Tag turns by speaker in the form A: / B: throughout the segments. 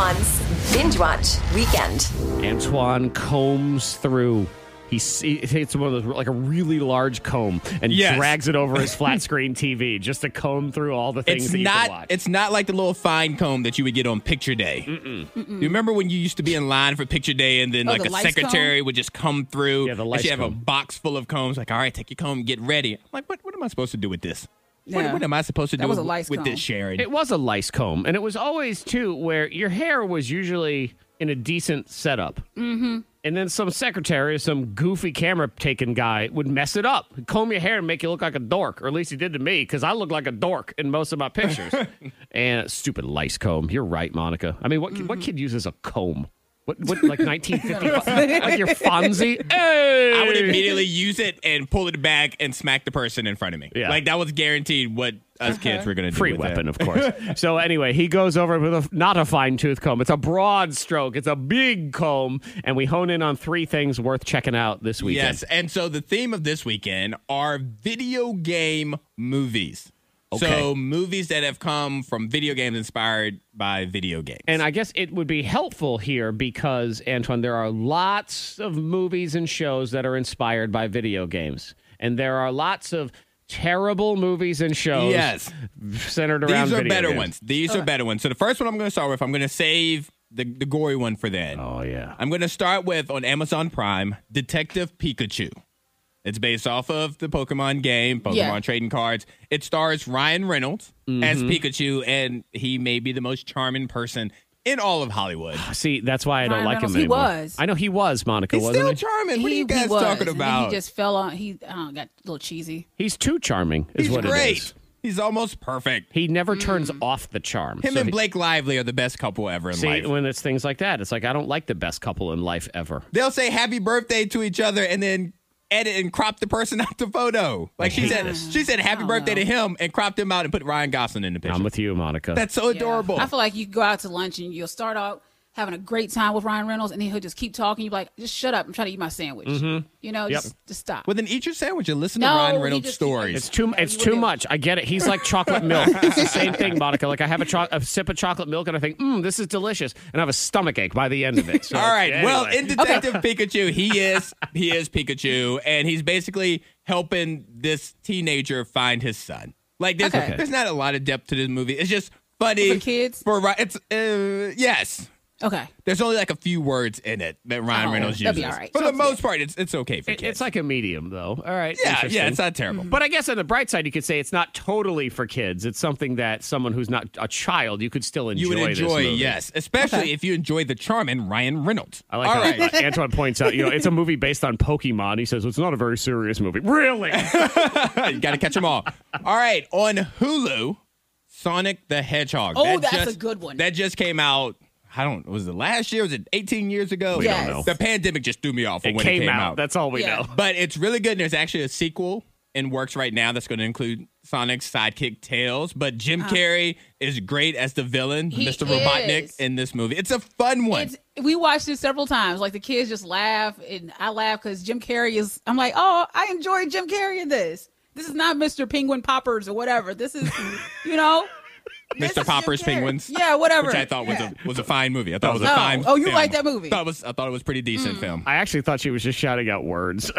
A: Antoine's Binge Watch Weekend.
B: Antoine combs through. He, he it's one of those like a really large comb and
C: Yes.
B: drags it over his flat screen TV just to comb through all the things
C: It's
B: that you can
C: not.
B: watch.
C: It's not like the little fine comb that you would get on picture day. You remember when you used to be in line for picture day, and then
D: Oh,
C: like
D: the
C: a
D: lights
C: secretary would just come through.
B: Yeah, the
C: and
B: lights
C: She have a
B: comb.
C: box full of combs. Like, all right, take your comb, get ready. I'm like, what? What am I supposed to do with this? What,
D: Yeah.
C: what am I supposed to
D: That
C: do
D: was a
C: with,
D: lice
C: with
D: comb.
C: this, Sharon?
B: It was a lice comb, and it was always too where your hair was usually in a decent setup. Mm-hmm. And then some secretary or some goofy camera taking guy would mess it up, comb your hair and make you look like a dork, or at least he did to me because I look like a dork in most of my pictures. and stupid lice comb. You're right, Monica. I mean, what what
C: Mm-hmm.
B: kid uses a comb? What, what like 1955? like your Fonzie? Hey!
C: I would immediately use it and pull it back and smack the person in front of me.
B: Yeah.
C: Like that was guaranteed what
D: Uh-huh.
C: us kids were gonna do.
B: Free
C: with
B: weapon,
C: That.
B: of course. so anyway, he goes over with a, not a fine tooth comb. It's a broad stroke. It's a big comb, and we hone in on three things worth checking out this weekend.
C: Yes, and so the theme of this weekend are video game movies.
B: Okay.
C: So movies that have come from video games inspired by video games.
B: And I guess it would be helpful here because Antoine, there are lots of movies and shows that are inspired by video games, and there are lots of terrible movies and shows
C: Yes.
B: centered around
C: these are
B: video
C: better
B: games. Uh.
C: ones. These are better ones. So the first one I'm going to start with, I'm going to save the, the gory one for then.
B: Oh yeah.
C: I'm going to start with on Amazon Prime, Detective Pikachu. It's based off of the Pokemon game, Pokemon
D: Yeah.
C: trading cards. It stars Ryan Reynolds
B: Mm-hmm.
C: as Pikachu, and he may be the most charming person in all of Hollywood.
B: See, that's why I don't
D: Ryan
B: like
D: Reynolds,
B: him
D: he
B: anymore.
D: was.
B: I know he was Monica,
C: He's
B: wasn't
C: still
B: he?
C: charming. What are
D: He-
C: you
D: he
C: guys
D: was,
C: talking
D: and then
C: about?
D: He just fell on. He I don't know, got a little cheesy.
B: He's too charming. Is
C: He's
B: what it is.
C: great. He's almost perfect.
B: He never turns off the charm.
C: Mm. Him
B: So
C: and
B: he-
C: Blake Lively are the best couple ever in
B: see,
C: life.
B: when it's things like that, it's like I don't like the best couple in life ever.
C: They'll say happy birthday to each other and then edit and crop the person out the photo. Like she
B: hate
C: said,
B: this.
C: she said happy birthday to him and cropped him out and put Ryan Gosling in the picture.
B: I'm with you, Monica.
C: That's so adorable.
D: I feel like you go out to lunch and you'll start out having a great time with Ryan Reynolds, and then he'll just keep talking. You're like, just shut up. I'm trying to eat my sandwich.
C: Mm-hmm.
D: You know,
B: Yep.
D: just, just stop.
C: well, then eat your sandwich and listen
D: No,
C: to Ryan
D: he
C: Reynolds'
D: just keep-
C: stories.
B: it's too. It's
D: you
B: too
D: would do.
B: much. I get it. He's like chocolate milk. it's the same thing, Monica. Like I have a, cho- a sip of chocolate milk and I think, mm, this is delicious, and I have a stomach ache by the end of it. So,
C: All right. Well,
B: anyway.
C: in Detective Pikachu, he is he is Pikachu, and he's basically helping this teenager find his son. Like there's
D: Okay.
C: there's not a lot of depth to this movie. It's just funny
D: For kids?
C: For Ry- it's uh, yes.
D: okay.
C: There's only like a few words in it that Ryan
D: Oh,
C: Reynolds uses.
D: that'd be all right.
C: For the
D: Something.
C: most part, it's it's okay for
B: It-
C: kids.
B: it's like a medium, though. All right.
C: yeah,
B: interesting.
C: yeah, it's not terrible.
D: Mm-hmm.
B: But I guess on the bright side, you could say it's not totally for kids. It's something that someone who's not a child, you could still enjoy.
C: You would
B: this
C: enjoy,
B: movie.
C: yes, especially if you enjoy the charm and Ryan Reynolds.
B: I like
C: All
B: how
C: right.
B: uh, Antoine points out, you know, it's a movie based on Pokemon. He says, well, it's not a very serious movie. Really?
C: you got to catch them all. All right, on Hulu, Sonic the Hedgehog.
D: Oh, that's a good one.
C: That just came out. I don't. Was it last year? Was it 18 years ago?
D: We don't Yes. know.
C: The pandemic just threw me off.
B: It
C: when
B: came,
C: it came
B: out. That's all we
D: Yeah.
B: know.
C: but it's really good. And there's actually a sequel in works right now that's going to include Sonic's sidekick Tails. But Jim Carrey is great as the villain,
D: Uh-huh. He
C: Mr. Robotnik,
D: is.
C: in this movie. It's a fun one.
D: It's, we watched it several times. Like the kids just laugh, and I laugh because Jim Carrey is. I'm like, oh, I enjoy Jim Carrey in this. This is not Mr. Penguin Poppers or whatever. This is, you know, this
C: Mr.
D: is Jim
C: Popper's
D: Carrey.
C: Penguins.
D: Yeah, whatever.
C: Which I thought was
D: Yeah.
C: a was a fine movie. I thought it was a
D: Oh.
C: fine.
D: Oh, you
C: film.
D: like that movie? Mm.
C: Thought it was I thought it was pretty decent film.
B: I actually thought she was just shouting out words.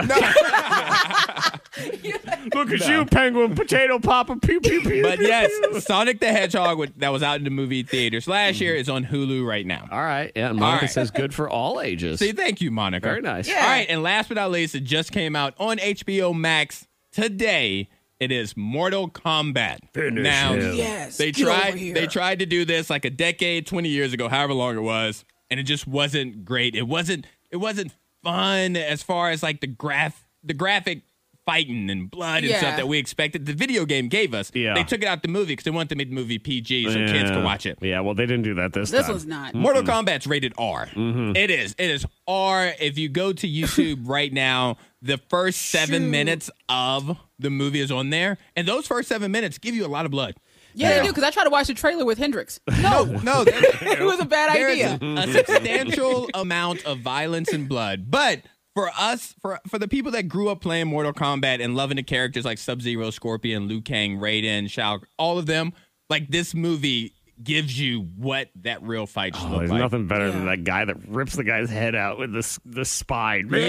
B: Look at you, penguin, potato popper, pew, pew, pew.
C: But yes, Sonic the Hedgehog with- that was out in the movie theaters last year is on Hulu right now.
B: All right. Yeah, and Monica
C: All right.
B: says good for all ages.
C: See, thank you, Monica.
B: Very nice.
D: Yeah.
C: All right, and last but not least, it just came out on HBO Max today. It is Mortal Kombat.
B: Finish
C: now,
B: him.
D: Yes,
C: they
D: get
C: tried
D: over here.
C: they tried to do this like a decade, 20 years ago, however long it was, and it just wasn't great. It wasn't it wasn't fun as far as like the graph the graphic fighting and blood and stuff
D: Yeah.
C: that we expected the video game gave us.
B: Yeah.
C: They took it out the movie because they wanted to make the movie PG so
B: yeah.
C: kids could watch it.
B: Yeah, well, they didn't do that this,
D: This
B: time.
D: one's not.
C: Mortal Kombat's rated R. It is. It is R. If you go to YouTube right now, the first seven minutes of the movie is on there, and those first seven minutes give you a lot of blood.
D: Yeah, they do because I tried to watch the trailer with Hendrix.
C: No, no, there-
D: it was a bad
C: there's
D: idea.
C: a substantial amount of violence and blood, but. For us, for for the people that grew up playing Mortal Kombat and loving the characters like Sub Zero, Scorpion, Liu Kang, Raiden, Shao, all of them, like this movie gives you what that real fight should
B: Oh,
C: look
B: there's
C: like.
B: nothing better than
D: Yeah.
B: that guy that rips the guy's head out with the s- the spine.
C: Yes,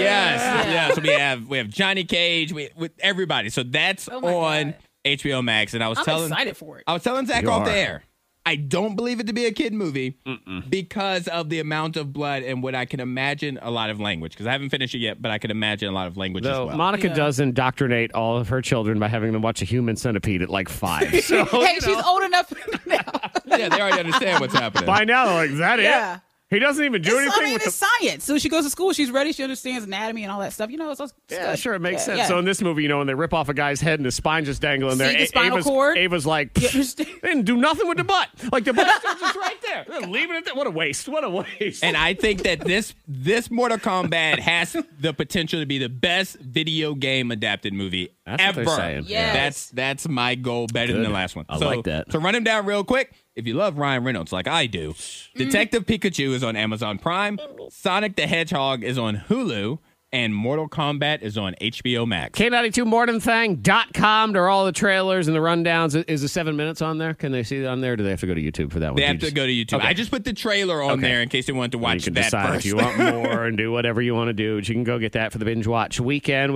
C: yes. We have we have Johnny Cage. We with everybody. So that's
D: Oh my
C: on
D: God.
C: HBO Max. And I was
D: I'm
C: telling
D: excited for it.
C: I was telling Zach
B: You are.
C: off the air. I don't believe it to be a kid movie because of the amount of blood and what I can imagine a lot of language. Because I haven't finished it yet, but I can imagine a lot of language as
B: Though
C: well.
B: Monica
D: Yeah.
B: does indoctrinate all of her children by having them watch a human centipede at like five. So
D: hey, she's old enough now.
C: yeah, they already understand what's happening.
B: by now, they're like, is that
D: Yeah.
B: it? He doesn't even do
D: It's- I
B: anything
D: mean,
B: with
D: it's
B: the.
D: science. So she goes to school. She's ready. She understands anatomy and all that stuff. You know, it's, it's
B: Yeah,
D: good.
B: sure, it makes
D: Yeah,
B: sense.
D: yeah.
B: So in this movie, you know, when they rip off a guy's head and his spine just dangling there,
D: See the
B: A-
D: spinal
B: Ava's,
D: cord?
B: Ava's like,
D: You
B: "Pfft,
D: understand?
B: they didn't do nothing with the butt. Like the butt's just right there. They're leaving it there. What a waste. What a waste.
C: And I think that this this Mortal Kombat has the potential to be the best video game adapted movie
B: That's what
C: ever.
B: they're saying.
D: Yes.
C: That's that's my goal better than
B: Good.
C: the last one.
B: I
C: So-
B: like that.
C: So run him down real quick. If you love Ryan Reynolds like I do, Detective Pikachu is on Amazon Prime, Sonic the Hedgehog is on Hulu, and Mortal Kombat is on HBO Max.
B: K92morningthang.com. There are all the trailers and the rundowns. Is the seven minutes on there? Can they see it on there? Or do they have to go to YouTube for that one?
C: They
B: You
C: have to
B: just-
C: go to YouTube. I just put the trailer on
B: Okay.
C: there in case they wanted to watch
B: you can
C: that
B: decide
C: first.
B: if you want more and do whatever you want to do. But you can go get that for the binge watch weekend.